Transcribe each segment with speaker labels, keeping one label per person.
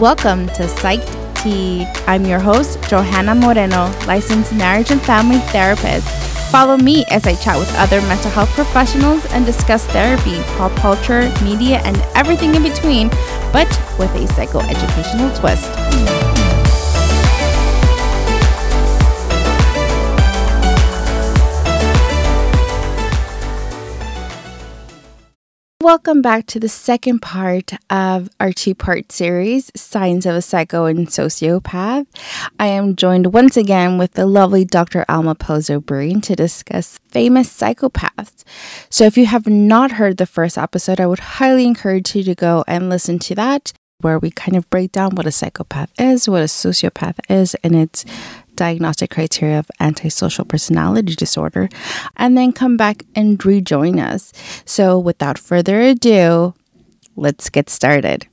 Speaker 1: Welcome to Psyched Tea. I'm your host, Johanna Moreno, licensed marriage and family therapist. Follow me as I chat with other mental health professionals and discuss therapy, pop culture, media, and everything in between, but with a psychoeducational twist. Welcome back to the second part of our two part series, Signs of a Psycho and Sociopath. I am joined once again with the lovely Dr. Alma Pozo Breen to discuss famous psychopaths. So, if you have not heard the first episode, I would highly encourage you to go and listen to that, where we kind of break down what a psychopath is, what a sociopath is, and its diagnostic criteria of antisocial personality disorder, and then come back and rejoin us. So, without further ado, let's get started.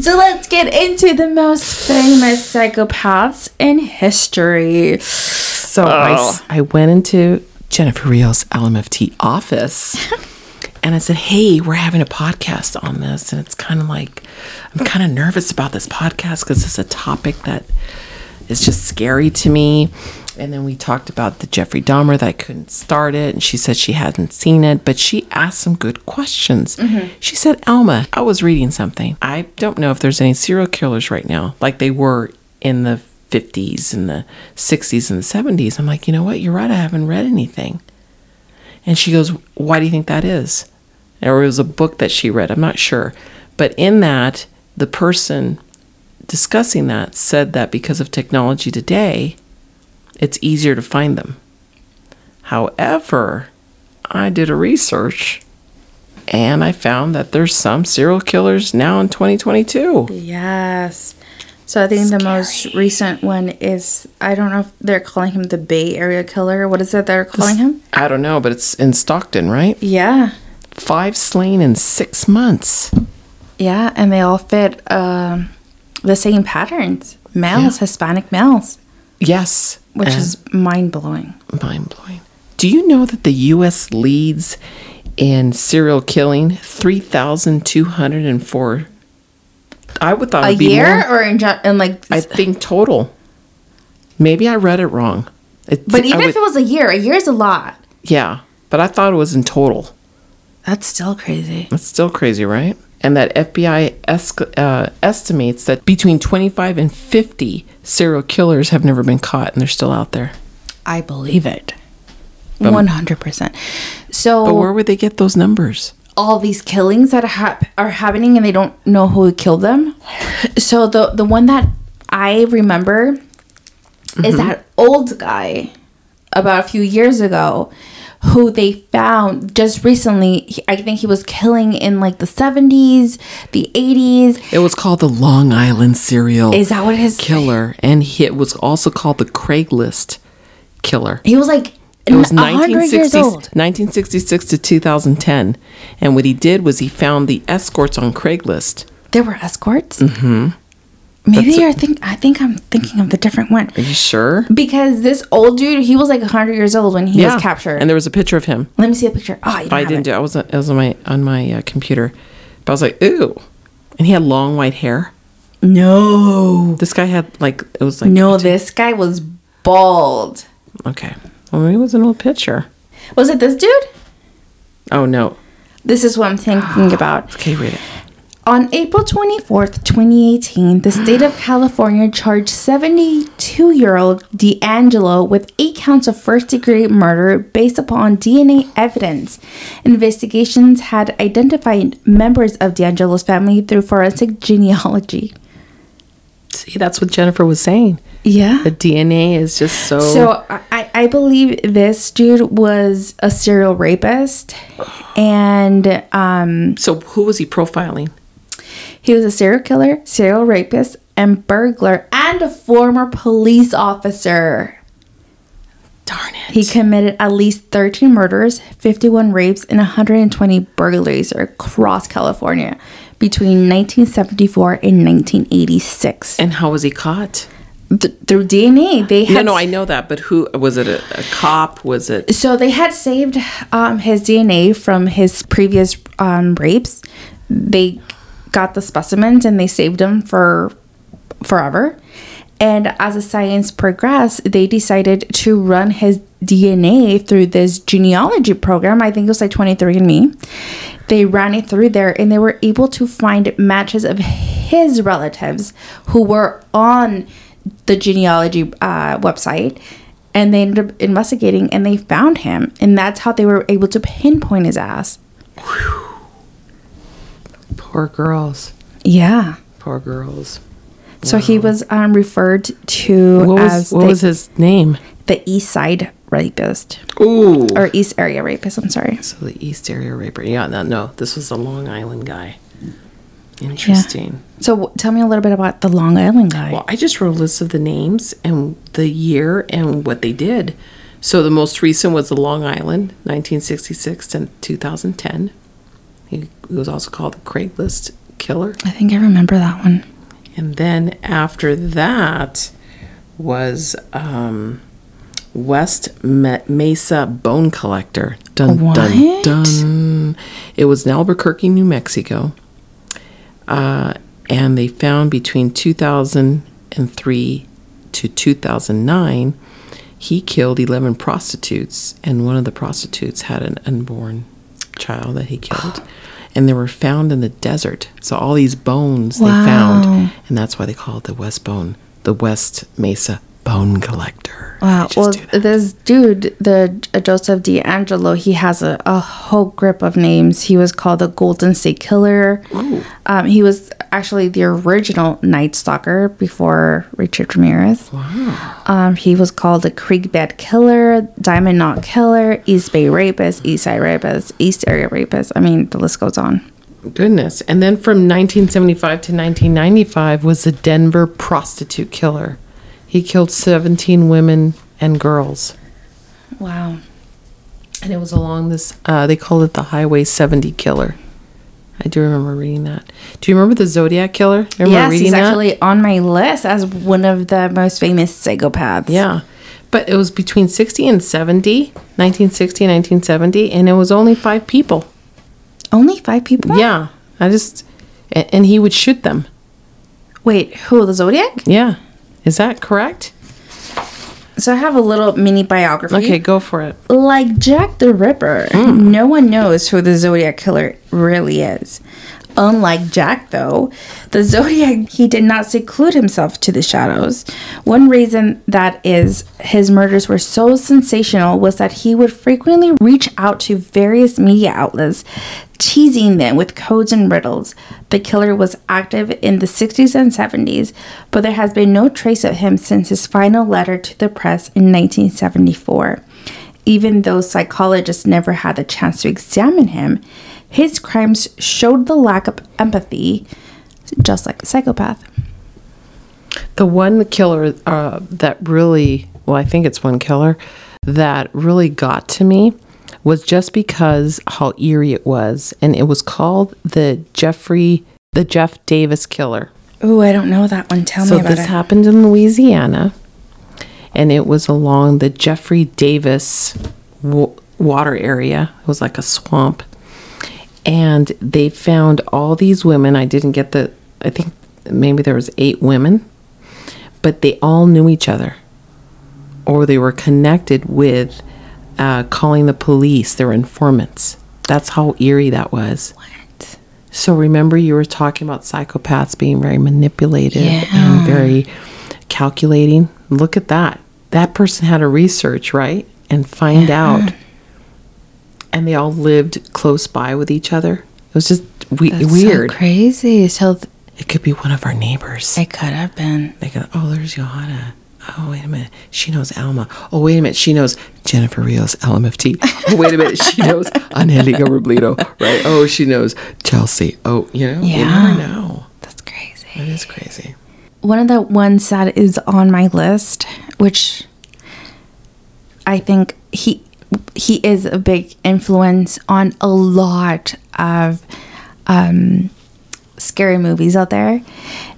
Speaker 1: So, let's get into the most famous psychopaths in history.
Speaker 2: So I s- I, went into Jennifer Rios LMFT office and I said, Hey, we're having a podcast on this. And it's kind of like, I'm kind of nervous about this podcast because it's a topic that is just scary to me. And then we talked about the Jeffrey Dahmer that I couldn't start it. And she said she hadn't seen it, but she asked some good questions. She said, Alma, I was reading something. I don't know if there's any serial killers right now like they were in the 50s and the 60s and the 70s. I'm like, you know what? You're right. I haven't read anything. And she goes, Why do you think that is? Or it was a book that she read. I'm not sure. But in that, the person discussing that said that because of technology today, it's easier to find them. However, I did a research and I found that there's some serial killers now in 2022.
Speaker 1: Yes. So, I think the most recent one is I don't know if they're calling him the Bay Area Killer. What is it they're calling him?
Speaker 2: I don't know, but it's in Stockton, right?
Speaker 1: Yeah.
Speaker 2: Five slain in six months.
Speaker 1: Yeah, and they all fit um, the same patterns males, Hispanic males,
Speaker 2: Yes.
Speaker 1: which is mind blowing.
Speaker 2: mind blowing. Do you know that the U.S. leads in serial killing 3,204? I would thought it
Speaker 1: A
Speaker 2: would be
Speaker 1: year
Speaker 2: more.
Speaker 1: or in, gen- in like.
Speaker 2: I think total. Maybe I read it wrong. It,
Speaker 1: but even
Speaker 2: I
Speaker 1: if it
Speaker 2: would-
Speaker 1: was a year, a year is a lot.
Speaker 2: yeah, but I thought it was in total.
Speaker 1: That's still crazy.
Speaker 2: That's still crazy, right? And that FBI esc- uh, estimates that between 25 and 50 serial killers have never been caught, and they're still out there.
Speaker 1: I believe it. One hundred percent. So
Speaker 2: But where would they get those numbers?
Speaker 1: all these killings that hap- are happening, and they don't know who killed them. So the the one that I remember is that old guy about a few years ago, who they found just recently. He, I think he was killing in like the seventies, the eighties.
Speaker 2: It was called the Long Island Serial
Speaker 1: Is that what his
Speaker 2: Killer, and he, it was also called the Craigslist Killer.
Speaker 1: He was like
Speaker 2: It was
Speaker 1: 100 years
Speaker 2: 1960
Speaker 1: old.
Speaker 2: 1966 to 2010. And what he did was he found the escorts on Craigslist.
Speaker 1: There were escorts. Mm-hmm. Maybe you're think. I think I'm thinking of the different one
Speaker 2: Are you sure?
Speaker 1: because this old dude, he was like 100 years old when he was captured.
Speaker 2: And there was a picture of him.
Speaker 1: Let me see a picture. Oh, you don't
Speaker 2: I
Speaker 1: have
Speaker 2: didn't
Speaker 1: it.
Speaker 2: do. I was I was on my on my uh, computer, but I was like, ooh, and he had long white hair.
Speaker 1: No,
Speaker 2: This guy had like it was like
Speaker 1: no, this guy was bald.
Speaker 2: Okay, well maybe it was an old picture.
Speaker 1: Was it this dude?
Speaker 2: Oh no.
Speaker 1: This is what I'm thinking
Speaker 2: Ah.
Speaker 1: about.
Speaker 2: Okay, read it.
Speaker 1: On April 24th, 2018, the state of California charged 72 year old D'Angelo with eight counts of first degree murder based upon DNA evidence. Investigations had identified members of D'Angelo's family through forensic genealogy.
Speaker 2: See, that's what Jennifer was saying.
Speaker 1: Yeah.
Speaker 2: The DNA is just so.
Speaker 1: So I- I, I believe this dude was a serial rapist and um,
Speaker 2: So who was he profiling?
Speaker 1: he was a serial killer, serial rapist, and burglar, and a former police officer.
Speaker 2: Darn it.
Speaker 1: He committed at least 13 murders, 51 rapes, and 120 burglaries across California between 1974 and 1986.
Speaker 2: And how was he caught?
Speaker 1: Th- through DNA, they
Speaker 2: No,
Speaker 1: had
Speaker 2: no, I know that, but who was it? A, a cop? Was it?
Speaker 1: So they had saved um, his DNA from his previous um, rapes. They got the specimens and they saved them for forever. And as the science progressed, they decided to run his DNA through this genealogy program. I think it was like 23andMe. They ran it through there and they were able to find matches of his relatives who were on the genealogy uh, website. And they ended up investigating and they found him. And that's how they were able to pinpoint his ass.
Speaker 2: Poor girls.
Speaker 1: Yeah.
Speaker 2: Poor girls.
Speaker 1: So he was um, referred to
Speaker 2: What
Speaker 1: as
Speaker 2: was, what
Speaker 1: the,
Speaker 2: was his name?
Speaker 1: the East Side rapist
Speaker 2: Ooh.
Speaker 1: or East Area rapist. I'm sorry.
Speaker 2: So the East Area Raper. Yeah, no, no. This was a Long Island guy. Interesting.
Speaker 1: So w- tell me a little bit about the Long Island guy.
Speaker 2: Well, I just wrote a list of the names and the year and what they did. So the most recent was the Long Island, 1966 to 2010. He was also called the Craigslist Killer.
Speaker 1: I think I remember that one.
Speaker 2: And then after that was um, West Me- Mesa Bone Collector. Dun, dun,
Speaker 1: What?
Speaker 2: dun. It was in Albuquerque, New Mexico. Uh, and they found between 2003 to 2009, he killed 11 prostitutes, and one of the prostitutes had an unborn child that he killed. And they were found in the desert. So all these bones they
Speaker 1: Wow.
Speaker 2: found, and that's why they call it the West Bone, the West Mesa Bone Collector.
Speaker 1: Wow.
Speaker 2: Just
Speaker 1: Well,
Speaker 2: do that.
Speaker 1: this dude, the uh, Joseph D'Angelo, he has a, a whole grip of names. He was called the Golden State Killer. Um, he was actually the original Night Stalker before Richard Ramirez. Wow. Um, he was called the Creek Bed Killer, Diamond Knot Killer, East Bay Rapist, East Side Rapist, East Area Rapist. I mean, the list goes on.
Speaker 2: Goodness. And then from 1975 to 1995 was the Denver prostitute killer. He killed 17 women and girls.
Speaker 1: Wow.
Speaker 2: And it was along this, uh, they called it the Highway 70 killer. I do remember reading that. Do you remember the Zodiac killer? Remember
Speaker 1: Yes,
Speaker 2: reading
Speaker 1: he's
Speaker 2: that?
Speaker 1: actually on my list as one of the most famous psychopaths.
Speaker 2: Yeah. But it was between 60 and 70, 1960 and 1970, and it was only five people.
Speaker 1: Only five people?
Speaker 2: Yeah. I just, and, and he would shoot them.
Speaker 1: Wait, who? The Zodiac?
Speaker 2: Yeah. Is that correct?
Speaker 1: So I have a little mini biography.
Speaker 2: Okay, go for it.
Speaker 1: Like Jack the Ripper, no one knows who the Zodiac Killer really is. Unlike Jack, though, the Zodiac, he did not seclude himself to the shadows. One reason that is his murders were so sensational was that he would frequently reach out to various media outlets, teasing them with codes and riddles. The killer was active in the 60s and 70s, but there has been no trace of him since his final letter to the press in 1974. Even though psychologists never had the chance to examine him, his crimes showed the lack of empathy, just like a psychopath.
Speaker 2: The one killer uh, that really, well, I think it's one killer that really got to me was just because how eerie it was, and it was called the Jeffrey, the Jeff Davis killer.
Speaker 1: Oh, I don't know that one. Tell
Speaker 2: so
Speaker 1: me about
Speaker 2: this
Speaker 1: it.
Speaker 2: happened in Louisiana, and it was along the Jeffrey Davis wa- water area. It was like a swamp, and they found all these women. I didn't get the. I think maybe there was eight women, but they all knew each other, or they were connected with uh, calling the police. They were informants. That's how eerie that was. So remember, you were talking about psychopaths being very manipulative and very calculating. Look at that. That person had to research, right? And find out. And they all lived close by with each other. It was just we- weird.
Speaker 1: crazy. So
Speaker 2: it could be one of our neighbors.
Speaker 1: it could have been.
Speaker 2: They go, oh, there's Johanna. Oh, wait a minute. She knows Alma. Oh, wait a minute. She knows Jennifer Rios, LMFT. Oh, wait a minute. She knows Angelica Robledo, right? Oh, she knows Chelsea. Oh, you know, you
Speaker 1: Yeah.
Speaker 2: never know.
Speaker 1: That's crazy.
Speaker 2: That is crazy.
Speaker 1: One of the ones that is on my list, which I think he he is a big influence on a lot of um, scary movies out there,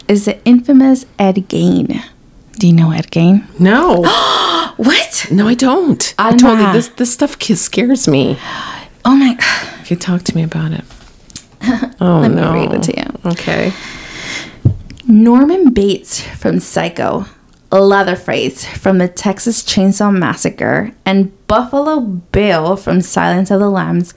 Speaker 1: is the infamous Ed Gain. Do you know Ed Gain?
Speaker 2: No,
Speaker 1: What?
Speaker 2: no, I don't. I told you
Speaker 1: Anna.
Speaker 2: this. This stuff ki- scares me.
Speaker 1: Oh my!
Speaker 2: Okay, talk to me about it. Oh,
Speaker 1: Let
Speaker 2: no.
Speaker 1: me read it to you.
Speaker 2: Okay.
Speaker 1: Norman Bates from Psycho, Leatherface from the Texas Chainsaw Massacre, and Buffalo Bill from Silence of the Lambs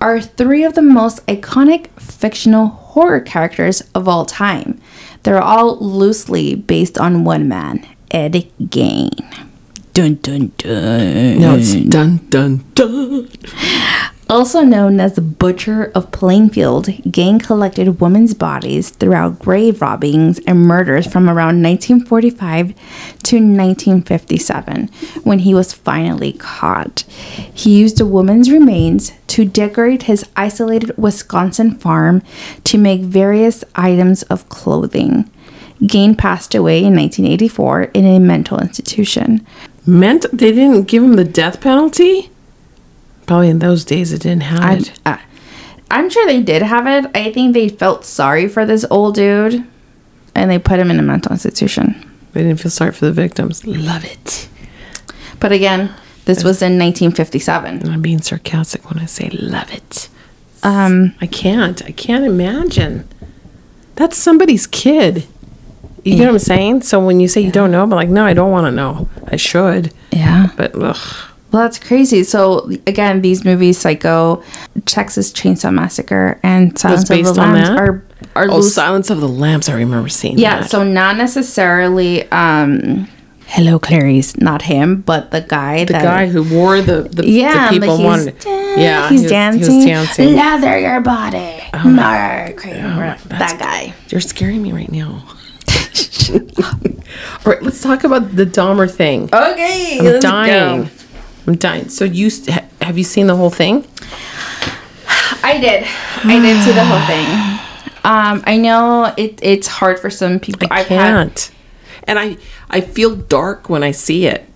Speaker 1: are three of the most iconic fictional horror characters of all time. They're all loosely based on one man, Ed Gein. Dun dun dun.
Speaker 2: No, it's dun dun dun.
Speaker 1: Also known as the Butcher of Plainfield, Gang collected women's bodies throughout grave robbings and murders from around 1945 to 1957 when he was finally caught. He used a woman's remains to decorate his isolated Wisconsin farm to make various items of clothing. Gain passed away in 1984 in a mental institution.
Speaker 2: Meant they didn't give him the death penalty. Probably in those days it didn't have
Speaker 1: I'm,
Speaker 2: it.
Speaker 1: uh, I'm sure they did have it. I think they felt sorry for this old dude and they put him in a mental institution.
Speaker 2: They didn't feel sorry for the victims. Love it.
Speaker 1: But again, this was in 1957.
Speaker 2: And I'm being sarcastic when I say love it.
Speaker 1: Um,
Speaker 2: I can't. I can't imagine. That's somebody's kid. You know what I'm saying? So when you say you don't know, but like, no, I don't want to know. I should.
Speaker 1: yeah.
Speaker 2: But ugh.
Speaker 1: Well, that's crazy. So again, these movies, Psycho, Texas Chainsaw Massacre, and Silence of the
Speaker 2: based on
Speaker 1: Lambs,
Speaker 2: that?
Speaker 1: are are
Speaker 2: Oh,
Speaker 1: loose-
Speaker 2: Silence of the Lambs. I remember seeing
Speaker 1: yeah.
Speaker 2: that.
Speaker 1: So not necessarily. um Hello, Clarice. Not him, but the guy.
Speaker 2: the guy who wore the the,
Speaker 1: Yeah,
Speaker 2: the people
Speaker 1: but he's,
Speaker 2: wanted. yeah,
Speaker 1: he's
Speaker 2: he was-
Speaker 1: dancing.
Speaker 2: He was dancing. Oh
Speaker 1: Leather your body, Mark. that guy.
Speaker 2: You're scaring me right now. All right, let's talk about the Dahmer thing.
Speaker 1: Okay,
Speaker 2: I'm dying. I'm dying. So you s- ha- have you seen the whole thing?
Speaker 1: I did. I did see the whole thing. Um, I know it, it's hard for some people.
Speaker 2: I
Speaker 1: I've had-
Speaker 2: can't. and I I feel dark when I see it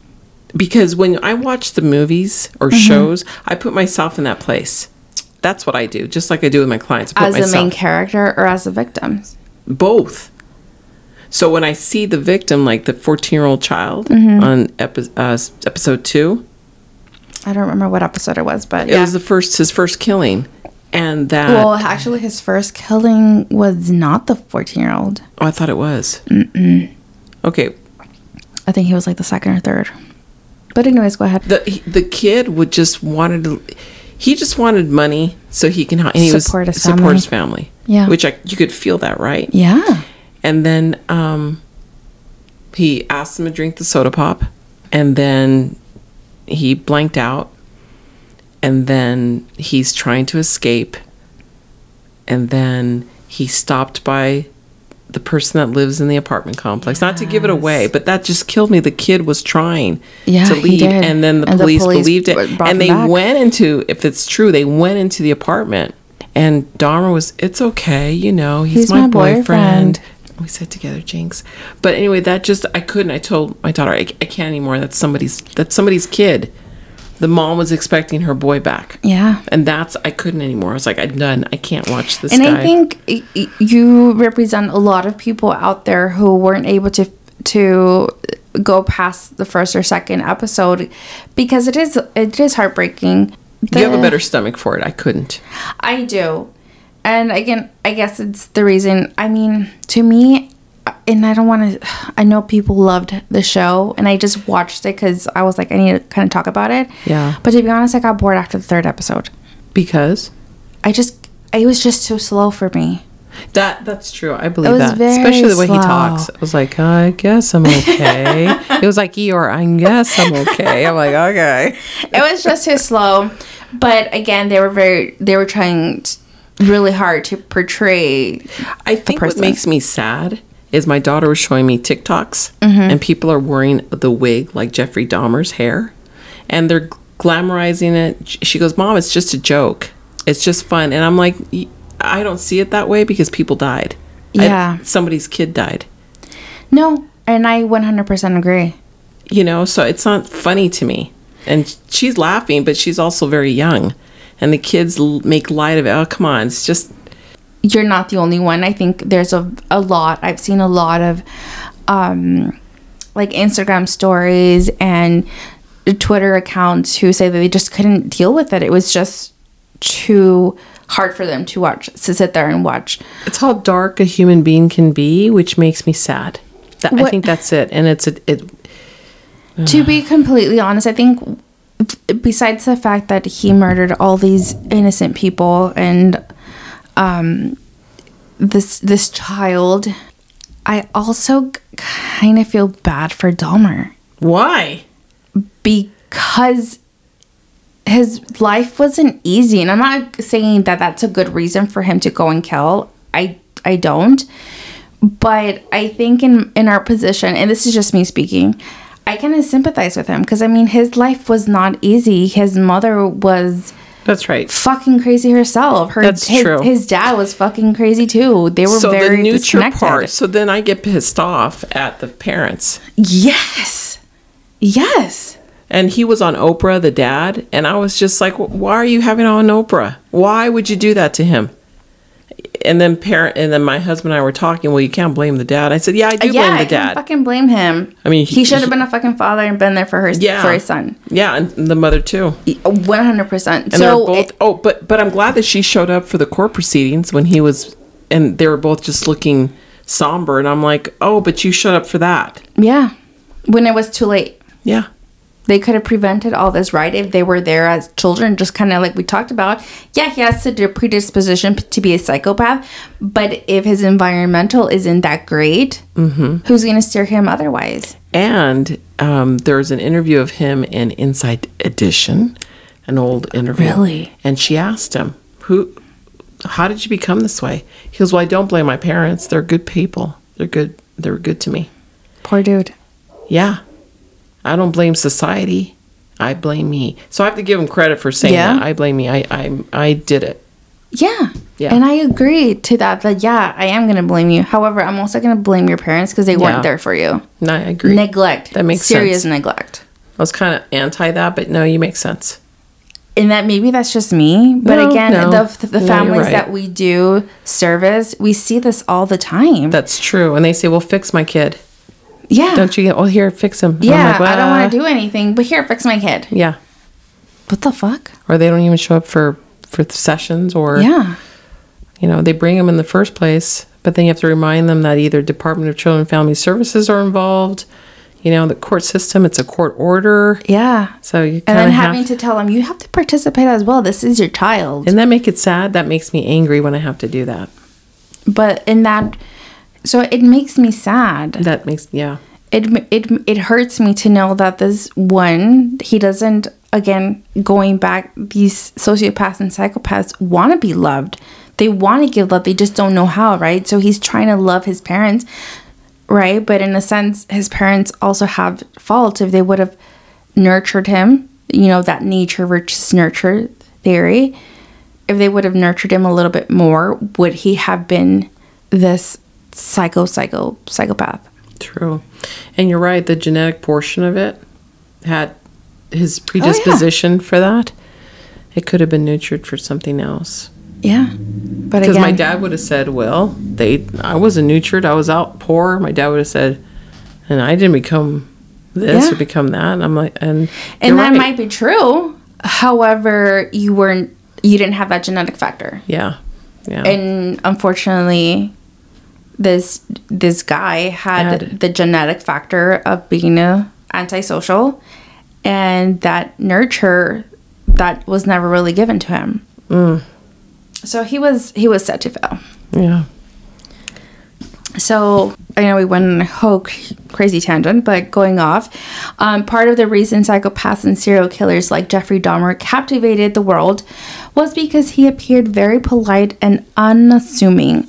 Speaker 2: because when I watch the movies or shows, I put myself in that place. That's what I do, just like I do with my clients. I put
Speaker 1: as the
Speaker 2: myself
Speaker 1: main character or as the victims.
Speaker 2: both. So when I see the victim, like the 14 year old child
Speaker 1: Mm-hmm.
Speaker 2: on epi- uh, s- episode two,
Speaker 1: I don't remember what episode it was, but
Speaker 2: it
Speaker 1: yeah.
Speaker 2: was the first his first killing, and that
Speaker 1: well, actually, his first killing was not the fourteen-year-old.
Speaker 2: oh, I thought it was. Okay,
Speaker 1: I think he was like the second or third. But anyways, go ahead.
Speaker 2: the he- the kid would just wanted to, he just wanted money so he can hi- and he
Speaker 1: Support
Speaker 2: was
Speaker 1: his
Speaker 2: support
Speaker 1: family.
Speaker 2: his family.
Speaker 1: Yeah.
Speaker 2: which I you could feel that right.
Speaker 1: yeah.
Speaker 2: and then um, he asked him to drink the soda pop, and then he blanked out, and then he's trying to escape, and then he stopped by the person that lives in the apartment complex. Not to give it away, but that just killed me. The kid was trying
Speaker 1: Yeah,
Speaker 2: to
Speaker 1: he
Speaker 2: leave,
Speaker 1: did.
Speaker 2: and then the,
Speaker 1: And the
Speaker 2: police,
Speaker 1: police
Speaker 2: believed it,
Speaker 1: brought him
Speaker 2: and they
Speaker 1: back.
Speaker 2: went into. If it's true, they went into the apartment. And Dahmer was, it's okay, you know, he's,
Speaker 1: He's
Speaker 2: my,
Speaker 1: my boyfriend.
Speaker 2: boyfriend. We said together, Jinx. But anyway, that just I couldn't. I told my daughter I, I can't anymore. That's somebody's. That's somebody's kid. The mom was expecting her boy back.
Speaker 1: Yeah.
Speaker 2: And that's I couldn't anymore. I was like, I'm done. I can't watch this.
Speaker 1: and
Speaker 2: guy.
Speaker 1: I think y- y- you represent a lot of people out there who weren't able to to go past the first or second episode because it is it is heartbreaking.
Speaker 2: you have a
Speaker 1: The-
Speaker 2: better stomach for it. I couldn't.
Speaker 1: I do, and again, I guess it's the reason. I mean, to me, uh, and I don't want to. I know people loved the show, and I just watched it because I was like, I need to kind of talk about it.
Speaker 2: Yeah.
Speaker 1: But to be honest, I got bored after the third episode.
Speaker 2: Because
Speaker 1: I just, it was just too slow for me.
Speaker 2: that that's true. I believe
Speaker 1: was
Speaker 2: that.
Speaker 1: very
Speaker 2: Especially the way
Speaker 1: slow.
Speaker 2: he talks. I was like, I guess I'm okay. it was like Eeyore, I guess I'm okay. I'm like, okay.
Speaker 1: it was just too slow but again they were very they were trying t- really hard to portray
Speaker 2: I think what
Speaker 1: person.
Speaker 2: makes me sad is my daughter was showing me TikToks,
Speaker 1: Mm-hmm.
Speaker 2: and people are wearing the wig like Jeffrey Dahmer's hair, and they're glamorizing it. Sh- She goes, "Mom, it's just a joke. It's just fun." And I'm like, "Y- "I don't see it that way because people died. I-
Speaker 1: Yeah.
Speaker 2: somebody's kid died.
Speaker 1: no and i 100% agree
Speaker 2: You know, so it's not funny to me." And sh- she's laughing, but she's also very young, and the kids l- make light of it. Oh, come on, it's just
Speaker 1: you're not the only one i think there's a, a lot i've seen a lot of um like instagram stories and twitter accounts who say that they just couldn't deal with it it was just too hard for them to watch to sit there and watch.
Speaker 2: It's how dark a human being can be, which makes me sad. That, I
Speaker 1: What-
Speaker 2: think that's it. And it's a, it.
Speaker 1: To be completely honest, I think besides the fact that he murdered all these innocent people and um, this this child, I also kind of feel bad for Dahmer
Speaker 2: Why?
Speaker 1: because his life wasn't easy and i'm not saying that that's a good reason for him to go and kill i i don't but i think in in our position and this is just me speaking i kind of sympathize with him because i mean his life was not easy his mother was
Speaker 2: That's right.
Speaker 1: fucking crazy herself her
Speaker 2: That's
Speaker 1: his,
Speaker 2: true.
Speaker 1: his dad was fucking crazy too they were
Speaker 2: So the
Speaker 1: very
Speaker 2: nurture
Speaker 1: disconnected
Speaker 2: part. So then I get pissed off at the parents.
Speaker 1: yes yes
Speaker 2: And he was on Oprah, the dad, and I was just like, "Wh- "Why are you having him on Oprah? Why would you do that to him?" And then parent, and then my husband and I were talking. Well, you can't blame the dad. I said, "Yeah, I do
Speaker 1: yeah,
Speaker 2: blame
Speaker 1: I can't
Speaker 2: the dad."
Speaker 1: fucking blame him.
Speaker 2: I mean,
Speaker 1: he,
Speaker 2: he-
Speaker 1: should have
Speaker 2: he-
Speaker 1: been a fucking father and been there for her
Speaker 2: yeah,
Speaker 1: for his son. E, oh,
Speaker 2: Yeah, and the mother too.
Speaker 1: One hundred percent.
Speaker 2: And
Speaker 1: So
Speaker 2: they're both.
Speaker 1: it-
Speaker 2: oh, but but I'm glad that she showed up for the court proceedings when he was, and they were both just looking somber. And I'm like, "Oh, but you showed up for that."
Speaker 1: yeah, when it was too late,
Speaker 2: Yeah.
Speaker 1: they could have prevented all this, right? If they were there as children, just kind of like we talked about. Yeah, he has a predisposition p- to be a psychopath, but if his environmental isn't that great,
Speaker 2: Mm-hmm.
Speaker 1: who's going to steer him otherwise?
Speaker 2: And um, there's an interview of him in Inside Edition, an old interview.
Speaker 1: Really?
Speaker 2: And she asked him, "Who? How did you become this way?" He goes, "Well, I don't blame my parents. They're good people. They're good. They were good to me.
Speaker 1: Poor dude.
Speaker 2: Yeah, I don't blame society. I blame me. So I have to give him credit for saying
Speaker 1: Yeah.
Speaker 2: that. I blame me. I I I did it.
Speaker 1: Yeah.
Speaker 2: Yeah.
Speaker 1: And I agree to that. That yeah, I am going to blame you. However, I'm also going to blame your parents because they
Speaker 2: Yeah.
Speaker 1: weren't there for you.
Speaker 2: And I agree.
Speaker 1: Neglect.
Speaker 2: That makes
Speaker 1: serious
Speaker 2: sense.
Speaker 1: neglect.
Speaker 2: I was kind of anti that, but no, you make sense.
Speaker 1: And that maybe that's just me, but
Speaker 2: No,
Speaker 1: again,
Speaker 2: no.
Speaker 1: the the
Speaker 2: No, you're
Speaker 1: families
Speaker 2: right.
Speaker 1: that we do service, we see this all the time.
Speaker 2: That's true. And they say, "Well, fix my kid.
Speaker 1: yeah,
Speaker 2: Don't you get? Well, here, fix him." And I'm
Speaker 1: yeah,
Speaker 2: like,
Speaker 1: I don't want
Speaker 2: "Ah."
Speaker 1: to do anything, but here, fix my kid.
Speaker 2: Yeah.
Speaker 1: What the fuck?
Speaker 2: or they don't even show up for for sessions or
Speaker 1: Yeah,
Speaker 2: you know they bring them in the first place but then you have to remind them that either department of children and family services are involved you know the court system it's a court order
Speaker 1: yeah.
Speaker 2: so you
Speaker 1: and
Speaker 2: kind
Speaker 1: then
Speaker 2: of
Speaker 1: having
Speaker 2: have
Speaker 1: to tell them you have to participate as well. This is your child.
Speaker 2: and that make it sad that makes me angry when i have to do that
Speaker 1: But in that, so it makes me sad.
Speaker 2: that makes yeah
Speaker 1: it it it hurts me to know that this one he doesn't again going back these sociopaths and psychopaths want to be loved they want to give love they just don't know how right so he's trying to love his parents right but in a sense his parents also have fault if they would have nurtured him you know that nature versus nurture theory if they would have nurtured him a little bit more would he have been this psycho psycho psychopath
Speaker 2: true and you're right the genetic portion of it had
Speaker 1: Oh,
Speaker 2: his predisposition for that it could have been nurtured for something else
Speaker 1: Yeah, but
Speaker 2: Because
Speaker 1: again,
Speaker 2: my dad would have said, "Well, they, I wasn't nurtured. I was out poor." My dad would have said, "And I didn't become this
Speaker 1: Yeah.
Speaker 2: or become that." And I'm like, and
Speaker 1: and that might be true. However, you weren't, you didn't have that genetic factor,
Speaker 2: yeah, yeah,
Speaker 1: and unfortunately, this this guy had
Speaker 2: Had-
Speaker 1: the genetic factor of being a antisocial, and that nurture that was never really given to him.
Speaker 2: Mm.
Speaker 1: So he was he was set to fail.
Speaker 2: yeah.
Speaker 1: So I know we went on a whole c- crazy tangent, but going off, um, part of the reason psychopaths and serial killers like Jeffrey Dahmer captivated the world was because he appeared very polite and unassuming.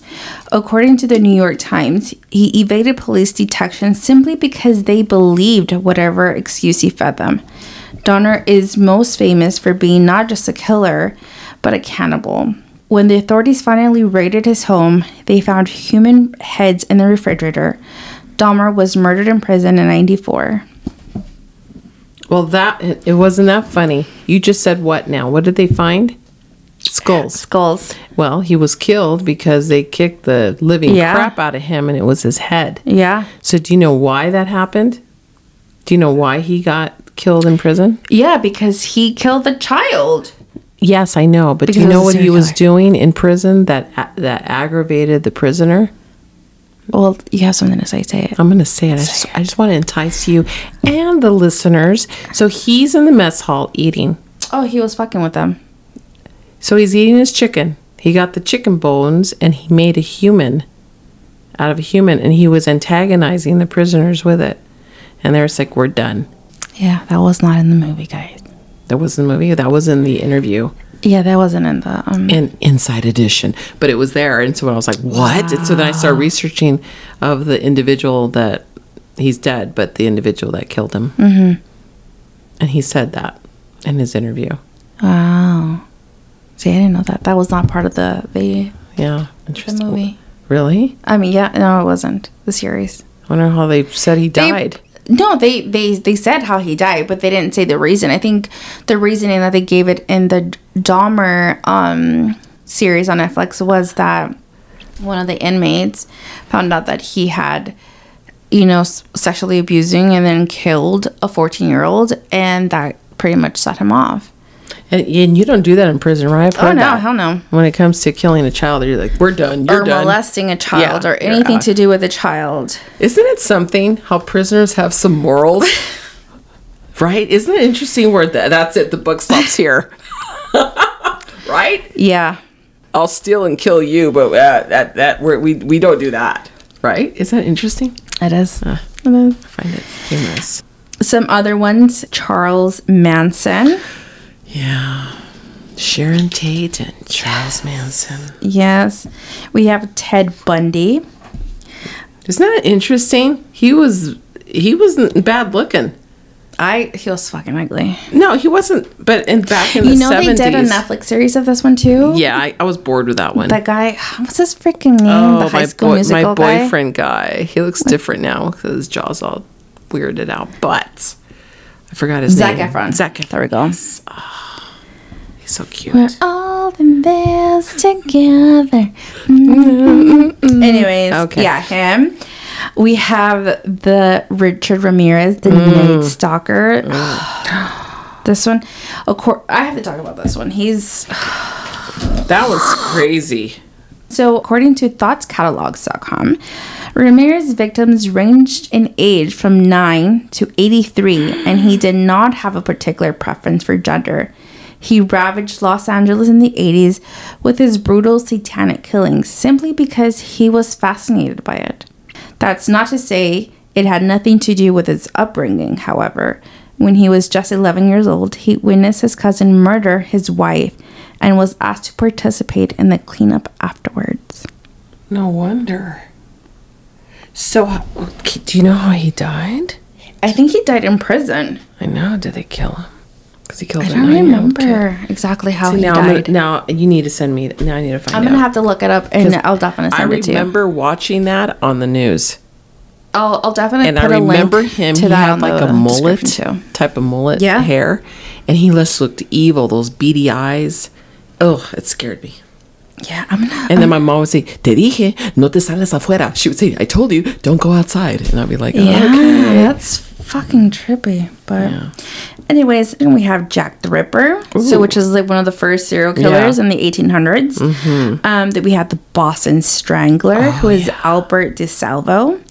Speaker 1: According to the New York Times, he evaded police detection simply because they believed whatever excuse he fed them. Donner is most famous for being not just a killer, but a cannibal. When the authorities finally raided his home, they found human heads in the refrigerator. Dahmer was murdered in prison in 94.
Speaker 2: Well, that it it wasn't that funny. You just said what now? What did they find? Skulls.
Speaker 1: Skulls.
Speaker 2: Well, he was killed because they kicked the living
Speaker 1: Yeah.
Speaker 2: crap out of him, and it was his head.
Speaker 1: Yeah.
Speaker 2: So, do you know why that happened? Do you know why he got killed in prison?
Speaker 1: Yeah, because he killed the child.
Speaker 2: Yes, I know, but do
Speaker 1: Because
Speaker 2: you
Speaker 1: it's
Speaker 2: know
Speaker 1: a
Speaker 2: what he
Speaker 1: serial
Speaker 2: was
Speaker 1: killer.
Speaker 2: doing in prison that a- that aggravated the prisoner?
Speaker 1: Well, you have something to say. Say it.
Speaker 2: I'm going to say it. I just, I just want to entice you and the listeners. So he's in the mess hall eating.
Speaker 1: Oh, he was fucking with them.
Speaker 2: So he's eating his chicken. He got the chicken bones and he made a human out of a human and he was antagonizing the prisoners with it. And they're just like, we're done.
Speaker 1: Yeah, that was not in the movie, guys.
Speaker 2: That was in the movie. That was in the interview
Speaker 1: Yeah, that wasn't in the. Um,
Speaker 2: in Inside Edition, but it was there. And so I was like, what? And so then I started researching of the individual that he's dead, but the individual that killed him. Mm-hmm. And he said that in his interview.
Speaker 1: wow. See, I didn't know that. That was not part of the the,
Speaker 2: Yeah.
Speaker 1: the
Speaker 2: Interesting.
Speaker 1: movie.
Speaker 2: Really?
Speaker 1: I mean, yeah, no, it wasn't the series.
Speaker 2: I wonder how they said he
Speaker 1: They-
Speaker 2: died.
Speaker 1: no, they, they they said how he died, but they didn't say the reason. I think the reasoning that they gave it in the Dahmer um, series on Netflix was that one of the inmates found out that he had, you know, s- sexually abusing and then killed a 14 year old, and that pretty much set him off.
Speaker 2: And, and you don't do that in prison, right? I've heard
Speaker 1: Oh, no,
Speaker 2: that.
Speaker 1: hell no.
Speaker 2: When it comes to killing a child, you're like, we're done. You're
Speaker 1: or
Speaker 2: done.
Speaker 1: molesting a child
Speaker 2: Yeah,
Speaker 1: or
Speaker 2: you're
Speaker 1: anything
Speaker 2: out.
Speaker 1: to do with a child.
Speaker 2: Isn't it something how prisoners have some morals? right? Isn't it interesting where tha- that's it? The book stops here. right?
Speaker 1: Yeah.
Speaker 2: I'll steal and kill you, but uh, that that we're, we we don't do that. Right? Is that interesting?
Speaker 1: It is.
Speaker 2: I find it humorous.
Speaker 1: Some other ones Charles Manson.
Speaker 2: Yeah. Sharon Tate and Charles Manson.
Speaker 1: Yes. We have Ted Bundy.
Speaker 2: Isn't that interesting? He was he wasn't bad looking.
Speaker 1: I he was fucking ugly.
Speaker 2: No, he wasn't. But in back in
Speaker 1: You
Speaker 2: the
Speaker 1: know
Speaker 2: seventies,
Speaker 1: they did a Netflix series of this one too.
Speaker 2: yeah, I, I was bored with that one. Oh,
Speaker 1: That guy, what's his freaking name? the high
Speaker 2: my,
Speaker 1: school
Speaker 2: boy-
Speaker 1: musical
Speaker 2: my
Speaker 1: guy?
Speaker 2: boyfriend guy. He looks different now because his jaw's all weirded out. But I forgot his
Speaker 1: Zac
Speaker 2: name.
Speaker 1: Efron.
Speaker 2: Zac Efron.
Speaker 1: There we go.
Speaker 2: He's so cute.
Speaker 1: We're all in this together. Mm-mm-mm-mm. Anyways,
Speaker 2: Okay.
Speaker 1: yeah, him. We have the Richard Ramirez, the
Speaker 2: Mm.
Speaker 1: Night Stalker. this one, of course, I have to talk about this one. He's
Speaker 2: That was crazy.
Speaker 1: so according to thoughtscatalogs.com, Ramirez's victims ranged in age from 9 to 83 and he did not have a particular preference for gender. He ravaged Los Angeles in the 80s with his brutal satanic killings simply because he was fascinated by it. That's not to say it had nothing to do with his upbringing, however. When he was just 11 years old, he witnessed his cousin murder his wife and was asked to participate in the cleanup afterwards.
Speaker 2: No wonder. So, how- do you know how he died?
Speaker 1: I think he died in prison.
Speaker 2: I know. Did they kill him? Because he killed.
Speaker 1: I don't remember exactly how he
Speaker 2: now, I'm
Speaker 1: died.
Speaker 2: gonna, now you need to send me. Now I need to find
Speaker 1: I'm
Speaker 2: out.
Speaker 1: gonna have to look it up and I'll definitely
Speaker 2: I
Speaker 1: send it to you.
Speaker 2: remember watching that on the news.
Speaker 1: I'll, I'll definitely
Speaker 2: and I
Speaker 1: put a
Speaker 2: remember
Speaker 1: link
Speaker 2: him.
Speaker 1: to
Speaker 2: he
Speaker 1: that
Speaker 2: had
Speaker 1: on
Speaker 2: like
Speaker 1: the
Speaker 2: a mullet
Speaker 1: description,
Speaker 2: type of mullet
Speaker 1: Yeah.
Speaker 2: hair, and he just looked evil. Those beady eyes. Oh, it scared me.
Speaker 1: too. Yeah, I'm gonna.
Speaker 2: And then my mom would say, "Te dije, no te sales afuera." She would say, "I told you, don't go outside." And I'd be like,
Speaker 1: Yeah,
Speaker 2: "Okay."
Speaker 1: that's fucking trippy. But, anyways, and we have Jack the Ripper, so which is like one of the first serial killers
Speaker 2: Yeah. Mm-hmm.
Speaker 1: in the 1800s. Um, that we had the Boston Strangler,
Speaker 2: Oh,
Speaker 1: who is Albert DeSalvo.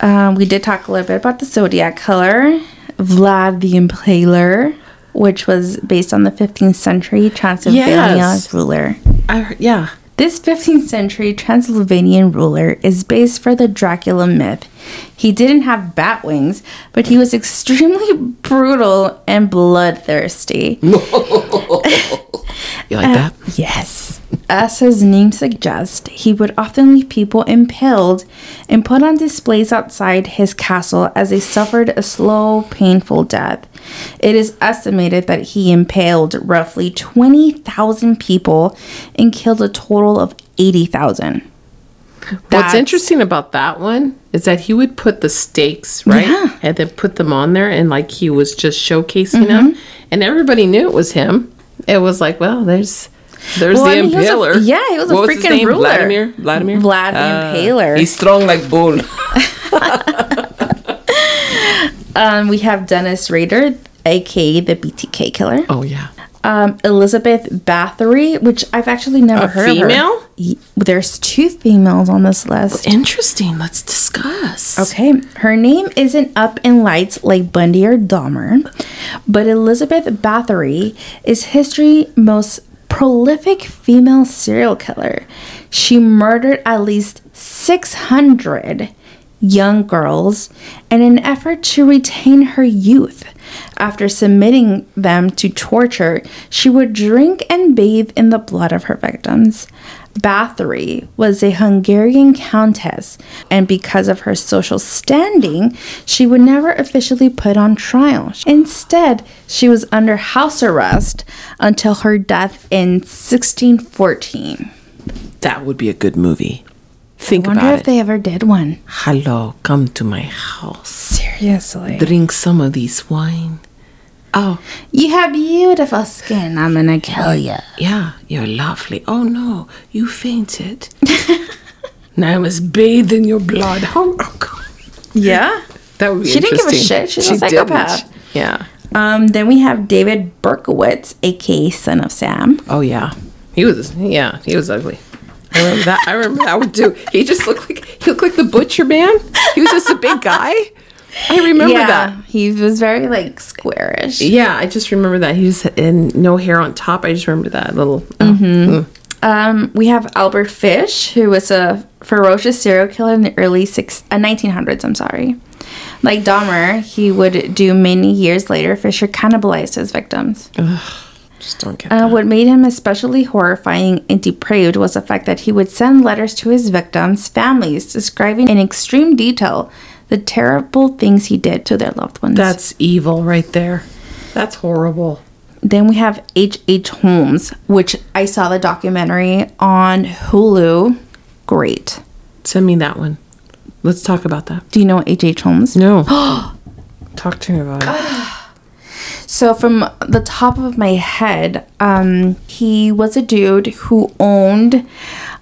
Speaker 1: Um, we did talk a little bit about the Zodiac Killer, Vlad the Impaler, which was based on the 15th century Transylvania
Speaker 2: Yes.
Speaker 1: ruler.
Speaker 2: I heard- yeah,
Speaker 1: This 15th century Transylvanian ruler is based for the Dracula myth. He didn't have bat wings, but he was extremely brutal and bloodthirsty.
Speaker 2: you
Speaker 1: Uh,
Speaker 2: like that?
Speaker 1: Yes. As his name suggests, he would often leave people impaled and put on displays outside his castle as they suffered a slow, painful death. It is estimated that he impaled roughly 20,000 people and killed a total of 80,000.
Speaker 2: What's interesting about that one is that he would put the stakes right,
Speaker 1: Yeah.
Speaker 2: and then put them on there, and like he was just
Speaker 1: Mm-hmm.
Speaker 2: showcasing them, and everybody knew it was him. It was like, well, there's, there's
Speaker 1: Well,
Speaker 2: the
Speaker 1: I mean, he was a-
Speaker 2: impaler.
Speaker 1: yeah, he was a
Speaker 2: What his
Speaker 1: freaking
Speaker 2: name?
Speaker 1: ruler.
Speaker 2: Vladimir, Vladimir, Uh,
Speaker 1: Vlad the Impaler.
Speaker 2: He's strong like bull.
Speaker 1: Um, we have Dennis Rader, aka the BTK killer.
Speaker 2: Oh yeah,
Speaker 1: um, Elizabeth Bathory, which I've actually never
Speaker 2: A
Speaker 1: heard
Speaker 2: female?
Speaker 1: of. Female? There's two females on this list.
Speaker 2: Interesting. Let's discuss.
Speaker 1: Okay, her name isn't up in lights like Bundy or Dahmer, but Elizabeth Bathory is history's most prolific female serial killer. She murdered at least 600 young girls in an effort to retain her youth. After submitting them to torture, she would drink and bathe in the blood of her victims. Bathory was a Hungarian countess, and because of her social standing, she would never officially put on trial. Instead, she was under house arrest until her death in 1614.
Speaker 2: That would be a good movie. Think
Speaker 1: Wonder
Speaker 2: about
Speaker 1: if
Speaker 2: it.
Speaker 1: they ever did one.
Speaker 2: Hello, come to my house.
Speaker 1: Seriously.
Speaker 2: Drink some of this wine. Oh,
Speaker 1: You have beautiful skin. I'm gonna kill you.
Speaker 2: yeah, you're lovely. Oh no, you fainted. now I must bathe in your blood. Oh, oh, God.
Speaker 1: Yeah.
Speaker 2: That would be
Speaker 1: She didn't give a
Speaker 2: interesting.
Speaker 1: shit. She's a
Speaker 2: didn't.
Speaker 1: psychopath.
Speaker 2: Yeah.
Speaker 1: Um, then we have David Berkowitz, aka Son of Sam.
Speaker 2: Oh yeah. He was yeah, he was ugly. I remember that I remember that one too. He just looked like he looked like the butcher man. He was just a big guy. I remember that.
Speaker 1: Oh he was very like squarish.
Speaker 2: Yeah, I just remember that. He just and no hair on top. I just remember that little oh,
Speaker 1: Mm-hmm.
Speaker 2: mm.
Speaker 1: Um, we have Albert Fish, who was a ferocious serial killer in the early six uh, 1900s. I'm sorry. Like Dahmer, he would do many years later. Fisher cannibalized his victims.
Speaker 2: just don't get
Speaker 1: Uh, what made him especially horrifying and depraved was the fact that he would send letters to his victims' families describing in extreme detail the terrible things he did to their loved ones.
Speaker 2: That's evil right there. That's horrible.
Speaker 1: Then we have H.H. H. Holmes, which I saw the documentary on Hulu. Great.
Speaker 2: Send me that one. Let's talk about that.
Speaker 1: Do you know H.H. H. Holmes?
Speaker 2: No. talk to me about it.
Speaker 1: So, from the top of my head, um, he was a dude who owned,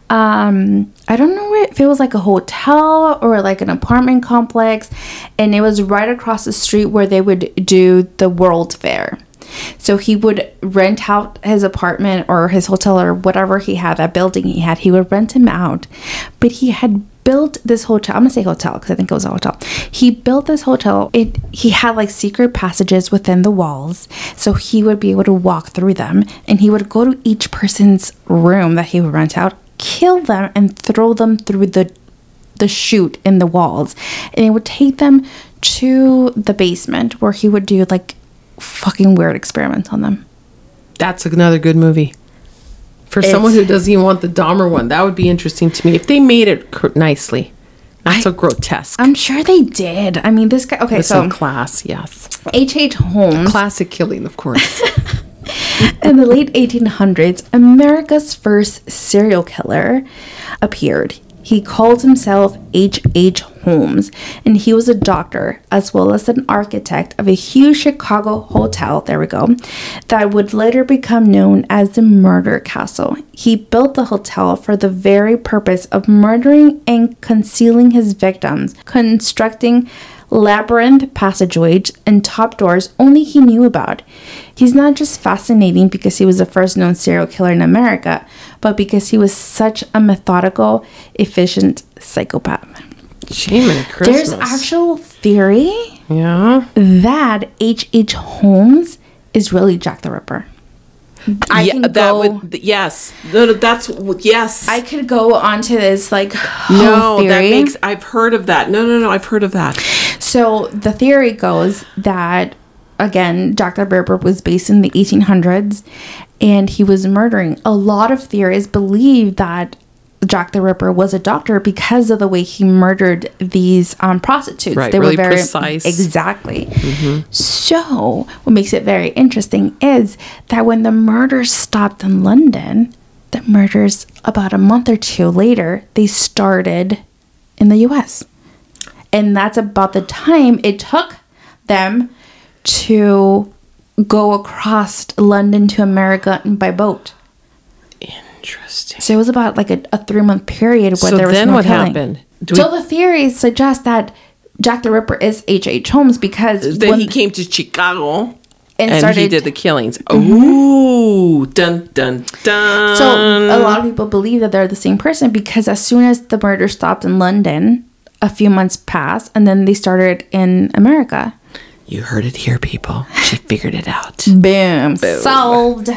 Speaker 1: um, I don't know if it was like a hotel or like an apartment complex, and it was right across the street where they would do the World Fair. So he would rent out his apartment or his hotel or whatever he had, that building he had, he would rent him out. But he had built this hotel. I'm gonna say hotel because I think it was a hotel. He built this hotel. It he had like secret passages within the walls, so he would be able to walk through them, and he would go to each person's room that he would rent out, kill them, and throw them through the the chute in the walls, and it would take them to the basement where he would do like fucking weird experiments on them.
Speaker 2: That's another good movie. For someone who doesn't even want the Dahmer one, that would be interesting to me if they made it cr- nicely, not so grotesque.
Speaker 1: I'm sure they did. I mean, this guy. Okay,
Speaker 2: With
Speaker 1: so
Speaker 2: some class, yes.
Speaker 1: H. H. Holmes.
Speaker 2: Classic killing, of course.
Speaker 1: In the late 1800s, America's first serial killer appeared. He called himself H. H. Holmes, and he was a doctor as well as an architect of a huge Chicago hotel, there we go, that would later become known as the Murder Castle. He built the hotel for the very purpose of murdering and concealing his victims, constructing labyrinth passageways and top doors only he knew about. He's not just fascinating because he was the first known serial killer in America, but because he was such a methodical, efficient psychopath.
Speaker 2: Shame and
Speaker 1: There's
Speaker 2: Christmas.
Speaker 1: actual theory
Speaker 2: yeah.
Speaker 1: that H.H. H. Holmes is really Jack the Ripper. I
Speaker 2: yeah,
Speaker 1: can
Speaker 2: that
Speaker 1: go
Speaker 2: would th- yes. No, no, that's w- yes.
Speaker 1: I could go on to this like whole
Speaker 2: no,
Speaker 1: theory.
Speaker 2: that makes I've heard of that. No, no, no, I've heard of that.
Speaker 1: So the theory goes that again, Dr. Berber was based in the 1800s, and he was murdering. A lot of theorists believe that Jack the Ripper was a doctor because of the way he murdered these um, prostitutes.
Speaker 2: Right, really precise.
Speaker 1: Exactly.
Speaker 2: Mm-hmm.
Speaker 1: So what makes it very interesting is that when the murders stopped in London, the murders about a month or two later they started in the U.S and that's about the time it took them to go across London to America by boat.
Speaker 2: Interesting.
Speaker 1: So it was about like a, a three month period where
Speaker 2: So
Speaker 1: there was
Speaker 2: then
Speaker 1: no
Speaker 2: what
Speaker 1: killing.
Speaker 2: happened? Do
Speaker 1: so the theories suggest that Jack the Ripper is H.H. H. Holmes because
Speaker 2: Then
Speaker 1: when-
Speaker 2: he came to Chicago.
Speaker 1: and,
Speaker 2: and
Speaker 1: started.
Speaker 2: he did the killings. Ooh, dun dun dun.
Speaker 1: so uh, a lot of people believe that they're the same person because as soon as the murder stopped in London, a few months passed, and then they started in America.
Speaker 2: you heard it here, people. She figured it out.
Speaker 1: Boom. Solved.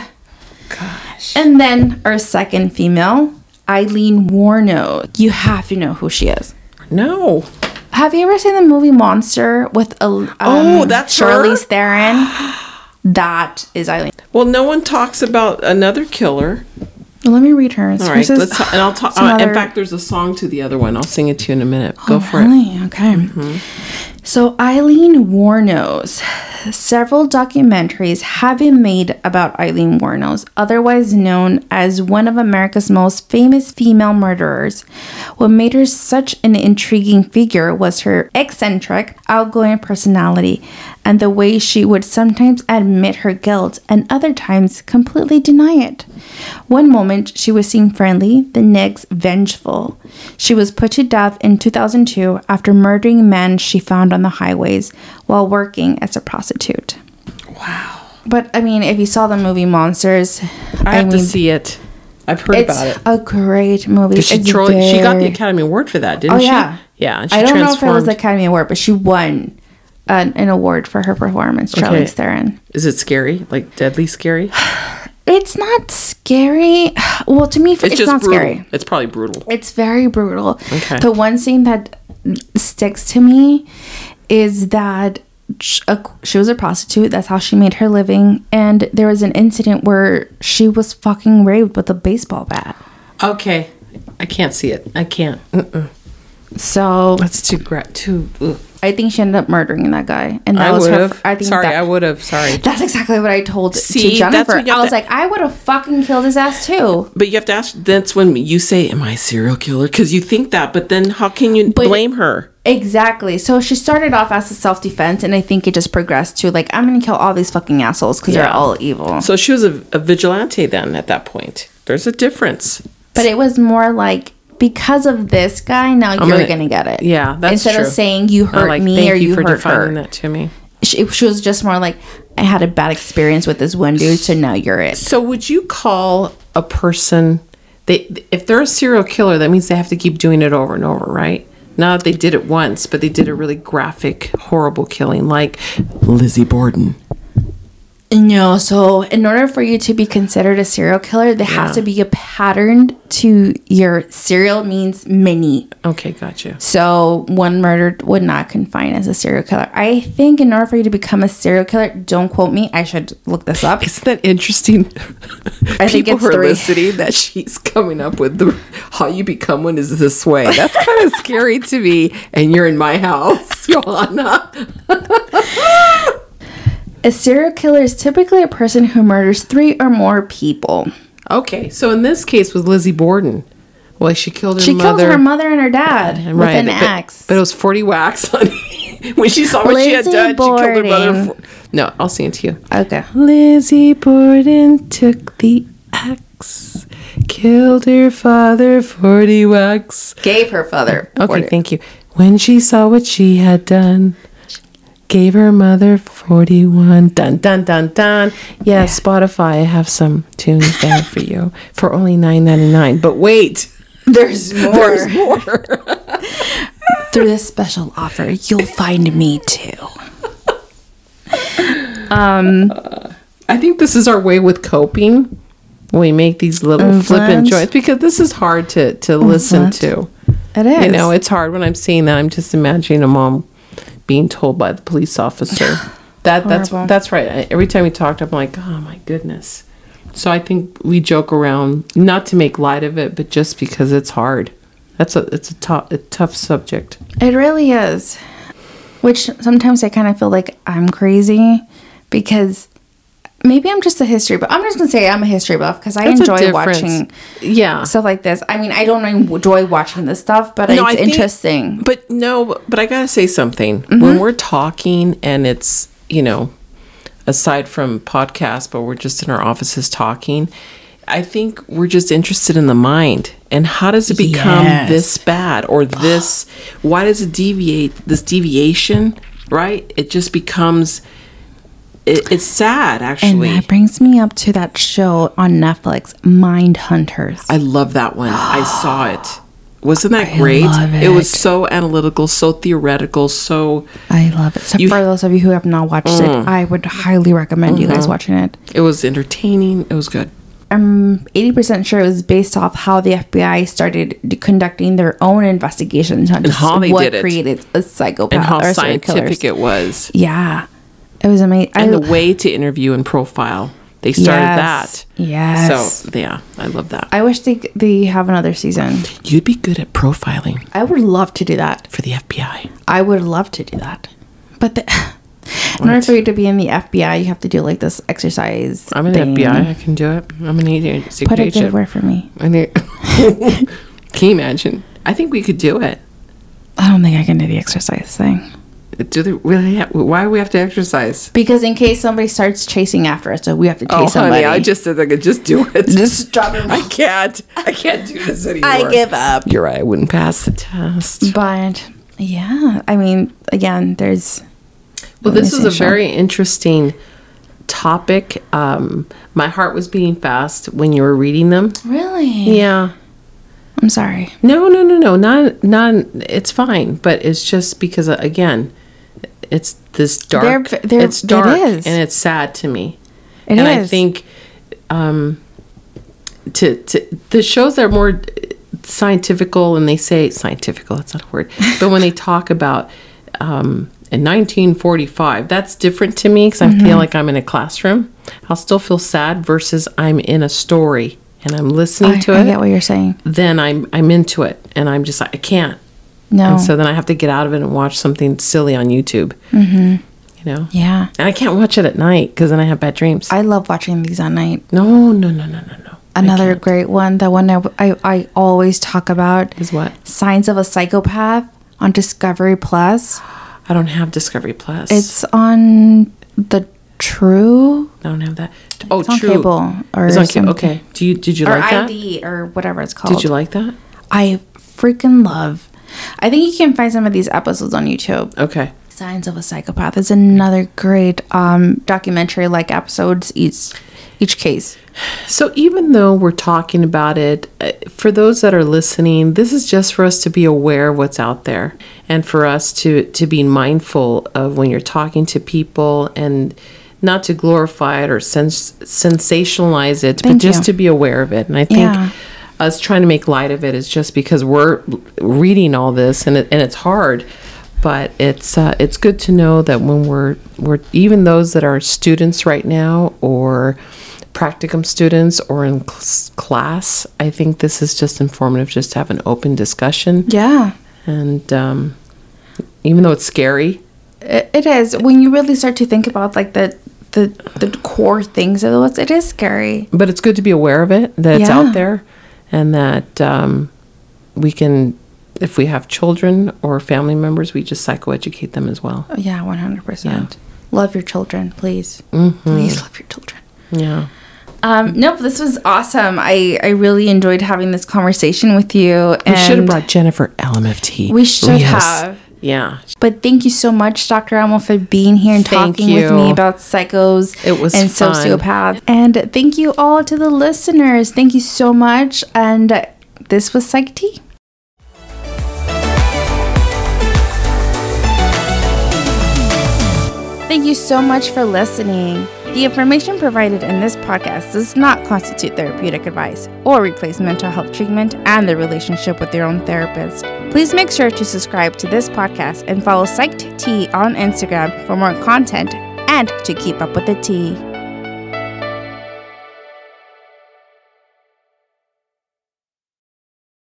Speaker 1: Gosh. And then our second female, Eileen Warno. You have to know who she is.
Speaker 2: No.
Speaker 1: Have you ever seen the movie Monster with a um,
Speaker 2: Oh, that's her?
Speaker 1: Charlize Theron? That is Eileen.
Speaker 2: Well, no one talks about another killer.
Speaker 1: Let me read hers.
Speaker 2: All
Speaker 1: Hers
Speaker 2: right,
Speaker 1: is-
Speaker 2: let's ta- and I'll talk.
Speaker 1: it's another-
Speaker 2: in fact, there's a song to the other one. I'll sing it to you in a minute.
Speaker 1: Oh,
Speaker 2: Go for it.
Speaker 1: Really? Okay. So Eileen Warnos. Several documentaries have been made about Eileen Warnos, otherwise known as one of America's most famous female murderers. What made her such an intriguing figure was her eccentric, outgoing personality and the way she would sometimes admit her guilt and other times completely deny it. One moment she would seem friendly, the next vengeful. She was put to death in 2002 after murdering men she found on the highways while working as a prostitute.
Speaker 2: Wow.
Speaker 1: But I mean, if you saw the movie Monsters,
Speaker 2: I
Speaker 1: I,
Speaker 2: have
Speaker 1: mean,
Speaker 2: to see it. I've heard
Speaker 1: it's
Speaker 2: about it.
Speaker 1: a great movie.
Speaker 2: She
Speaker 1: It's
Speaker 2: tro- she got the
Speaker 1: very-
Speaker 2: Academy Award for that, didn't
Speaker 1: Oh
Speaker 2: she?
Speaker 1: yeah,
Speaker 2: Yeah. And she
Speaker 1: I don't know if it
Speaker 2: transformed.
Speaker 1: was the Academy Award, but she won an, an award for her performance. Charlize Theron.
Speaker 2: Is it scary? Like deadly scary?
Speaker 1: It's not scary. Well, to me, it's,
Speaker 2: It's, just
Speaker 1: not
Speaker 2: brutal.
Speaker 1: scary.
Speaker 2: It's probably brutal.
Speaker 1: It's very brutal.
Speaker 2: Okay.
Speaker 1: The one scene that sticks to me is that sh- a- she was a prostitute. That's how she made her living. And there was an incident where she was fucking raped with a baseball bat.
Speaker 2: Okay. I can't see it. I can't. Mm-mm.
Speaker 1: So
Speaker 2: That's too gra- too. Ugh.
Speaker 1: I think she ended up murdering that guy. And that
Speaker 2: I
Speaker 1: was
Speaker 2: would
Speaker 1: her.
Speaker 2: have.
Speaker 1: I think
Speaker 2: Sorry,
Speaker 1: that,
Speaker 2: I would have. Sorry.
Speaker 1: That's exactly what I told to
Speaker 2: See, that's
Speaker 1: Jennifer.
Speaker 2: what you have
Speaker 1: I was
Speaker 2: to-
Speaker 1: like, I would have fucking killed his ass too.
Speaker 2: But you have to ask. That's when you say, "Am I a serial killer?" Because you think that, but then how can you
Speaker 1: But-
Speaker 2: blame her?
Speaker 1: Exactly. So she started off as a self defense, and I think it just progressed to like, I'm gonna kill all these fucking assholes because they're
Speaker 2: Yeah.
Speaker 1: all evil.
Speaker 2: So she was a, a vigilante then. At that point, there's a difference.
Speaker 1: But it was more like because of this guy, now you're gonna,
Speaker 2: gonna-
Speaker 1: get it.
Speaker 2: Yeah, that's
Speaker 1: instead
Speaker 2: true.
Speaker 1: of saying you
Speaker 2: I
Speaker 1: hurt
Speaker 2: like,
Speaker 1: me
Speaker 2: thank
Speaker 1: or you,
Speaker 2: for
Speaker 1: hurt her.
Speaker 2: defining that to me.
Speaker 1: She, she was just more like I had a bad experience with this one dude, so now you're it.
Speaker 2: So would you call a person they if they're a serial killer, that means they have to keep doing it over and over, right? Not that they did it once, but they did a really graphic, horrible killing, like Lizzie Borden.
Speaker 1: No, so in order for you to be considered a serial killer, there has to be a pattern to your serial means many.
Speaker 2: Okay, gotcha.
Speaker 1: So one murder would not confine as a serial killer. I think in order for you to become a serial killer, don't quote me. I should look this up.
Speaker 2: Isn't that interesting?
Speaker 1: I think
Speaker 2: People
Speaker 1: it's
Speaker 2: who are
Speaker 1: three.
Speaker 2: listening that she's coming up with the how you become one is this way. That's kind of scary to me. And you're in my house, Johanna.
Speaker 1: A serial killer is typically a person who murders three or more people.
Speaker 2: Okay, so in this case with Lizzie Borden, well, she killed her
Speaker 1: She
Speaker 2: mother.
Speaker 1: killed her mother and her dad with an
Speaker 2: but,
Speaker 1: axe.
Speaker 2: But it was 40 whacks on when she saw what she had
Speaker 1: Lizzie
Speaker 2: done. She killed her
Speaker 1: Borden.
Speaker 2: mother. For, no, I'll sing it to you.
Speaker 1: okay.
Speaker 2: Lizzie Borden took the axe, killed her father 40 whacks.
Speaker 1: Gave her father.
Speaker 2: Okay, thank you. When she saw what she had done, gave her mother 41. Dun, dun, dun, dun. Yeah, Spotify, I have some tunes there for you for only nine ninety nine. But wait,
Speaker 1: There's more.
Speaker 2: there's more.
Speaker 1: Through this special offer, you'll find me too. Um,
Speaker 2: I think this is our way with coping. We make these little flippant
Speaker 1: Mhm.
Speaker 2: joys because this is hard to to listen to.
Speaker 1: It is.
Speaker 2: You know, it's hard when I'm seeing that. I'm just imagining a mom being told by the police officer. That that's
Speaker 1: Horrible.
Speaker 2: that's right. I- Every time we talked, I'm like, oh my goodness. So I think we joke around, not to make light of it, but just because it's hard. That's a it's a tough a tough subject.
Speaker 1: It really is. Which sometimes I kind of feel like I'm crazy because maybe I'm just a history buff. I'm just going to say I'm a history buff because I
Speaker 2: That's a
Speaker 1: enjoy
Speaker 2: difference.
Speaker 1: watching
Speaker 2: Yeah.
Speaker 1: stuff like this. I mean, I don't enjoy watching this stuff, but
Speaker 2: No,
Speaker 1: it's
Speaker 2: I think-
Speaker 1: interesting. Mm-hmm.
Speaker 2: But no, but I gotta say something. When we're talking and it's you know, aside from podcasts, but we're just in our offices talking, I think we're just interested in the mind and how does it become
Speaker 1: Yes.
Speaker 2: this bad or this? Why does it deviate? This deviation, right? It just becomes it, it's sad
Speaker 1: And
Speaker 2: actually.
Speaker 1: that brings me up to that show on Netflix, Mind Hunters.
Speaker 2: I love that one. I saw it. Wasn't that great?
Speaker 1: love
Speaker 2: it was
Speaker 1: it.
Speaker 2: so analytical, so theoretical, so
Speaker 1: I love it. So
Speaker 2: You- Mm.
Speaker 1: for those of you who have not watched it, I would highly recommend you
Speaker 2: Mm-hmm.
Speaker 1: guys watching it.
Speaker 2: it was entertaining. It was good.
Speaker 1: I'm 80% sure it was based off how the FBI started d- conducting their own investigations on just
Speaker 2: how they
Speaker 1: what
Speaker 2: did it.
Speaker 1: created a psychopath
Speaker 2: And how
Speaker 1: or serial killers.
Speaker 2: scientific it was.
Speaker 1: Yeah. It was amazing. I,
Speaker 2: And the way to interview and profile. They started
Speaker 1: Yes.
Speaker 2: that.
Speaker 1: Yes.
Speaker 2: So yeah, I love that.
Speaker 1: I wish they, they have another season.
Speaker 2: You'd be good at profiling
Speaker 1: I would love to do that.
Speaker 2: for the FBI.
Speaker 1: I would love to do that. But the, in order for you to be in the FBI, you have to do like this exercise.
Speaker 2: I'm an
Speaker 1: thing.
Speaker 2: FBI. I can do it. I'm an agent.
Speaker 1: Put
Speaker 2: Secret
Speaker 1: a good
Speaker 2: agent.
Speaker 1: word for me.
Speaker 2: I need- can you imagine? I think we could do it.
Speaker 1: I don't think I can do the exercise thing.
Speaker 2: Do they really? Have, why do we have to exercise?
Speaker 1: Because in case somebody starts chasing after us, so we have to chase
Speaker 2: Oh,
Speaker 1: somebody.
Speaker 2: honey, I just said I could just do it.
Speaker 1: Just drop it.
Speaker 2: I can't. I can't do this anymore.
Speaker 1: I give up.
Speaker 2: You're right. I wouldn't pass the test.
Speaker 1: But yeah, I mean, again, there's
Speaker 2: Well, this is a
Speaker 1: Essential.
Speaker 2: very interesting topic. Um, my heart was beating fast when you were reading them.
Speaker 1: really.
Speaker 2: Yeah.
Speaker 1: I'm sorry.
Speaker 2: No, no, no, no. Not, not. It's fine, but it's just because uh, again, it's this dark.
Speaker 1: v- they're-
Speaker 2: it's
Speaker 1: it
Speaker 2: dark,
Speaker 1: is.
Speaker 2: and it's sad to me.
Speaker 1: It
Speaker 2: and I
Speaker 1: is.
Speaker 2: think, um, to to the shows that are more scientifical, and they say scientifical. That's not a word, but when they talk about. Um, in 1945, that's different to me because I
Speaker 1: Mm-hmm.
Speaker 2: feel like I'm in a classroom. I'll still feel sad versus I'm in a story and I'm listening
Speaker 1: I,
Speaker 2: to
Speaker 1: I
Speaker 2: it
Speaker 1: get what you're saying.
Speaker 2: then I'm I'm into it, and I'm just like I can't.
Speaker 1: No.
Speaker 2: And so then I have to get out of it and watch something silly on YouTube. Mm-hmm. You know.
Speaker 1: yeah.
Speaker 2: And I can't watch it at night because then I have bad dreams.
Speaker 1: I love watching these on night.
Speaker 2: no, no, no, no, no, no.
Speaker 1: Another great one, the one I, I, I always talk about
Speaker 2: Is what?
Speaker 1: Signs of a Psychopath on Discovery Plus.
Speaker 2: I don't have Discovery Plus.
Speaker 1: It's on the True
Speaker 2: I don't have that. Oh,
Speaker 1: It's on
Speaker 2: true.
Speaker 1: cable or
Speaker 2: it's on
Speaker 1: something.
Speaker 2: cable. Okay. Do you did you
Speaker 1: or
Speaker 2: like that?
Speaker 1: ID or whatever it's called.
Speaker 2: Did you like that?
Speaker 1: I freaking love. I think you can find some of these episodes on YouTube.
Speaker 2: Okay.
Speaker 1: Signs of a Psychopath is another great um, documentary like episodes each each case.
Speaker 2: So even though we're talking about it, uh, for those that are listening, this is just for us to be aware of what's out there and for us to to be mindful of when you're talking to people and not to glorify it or sens- sensationalize it, but
Speaker 1: Thank
Speaker 2: just
Speaker 1: you.
Speaker 2: to be aware of it. And I think
Speaker 1: Yeah.
Speaker 2: us trying to make light of it is just because we're l- reading all this and it, and it's hard. But it's uh, it's good to know that when we're we're even those that are students right now or practicum students or in cl- class, I think this is just informative just to have an open discussion.
Speaker 1: Yeah.
Speaker 2: And um, even though it's scary,
Speaker 1: It, it is when you really start to think about like the the the core things of it. It is scary.
Speaker 2: but it's good to be aware of it that it's
Speaker 1: Yeah.
Speaker 2: out there and that um, we can if we have children or family members we just psychoeducate them as well
Speaker 1: Yeah, one hundred percent. Love your children, please.
Speaker 2: Mm-hmm.
Speaker 1: Please love your children.
Speaker 2: yeah
Speaker 1: Um, nope, this was awesome. I, I really enjoyed having this conversation with you.
Speaker 2: we should have
Speaker 1: and-
Speaker 2: brought jennifer lmft
Speaker 1: We should
Speaker 2: Rios.
Speaker 1: have.
Speaker 2: yeah
Speaker 1: But thank you so much, Dr. Elmo, for being here and
Speaker 2: Thank
Speaker 1: talking with
Speaker 2: you.
Speaker 1: me about psychos
Speaker 2: It was
Speaker 1: and
Speaker 2: fun.
Speaker 1: sociopaths. And thank you all to the listeners. Thank you so much. And uh, this was Psych Tea. Thank you so much for listening. The information provided in this podcast does not constitute therapeutic advice or replace mental health treatment and the relationship with your own therapist. Please make sure to subscribe to this podcast and follow Psyched Tea on Instagram for more content and to keep up with the tea.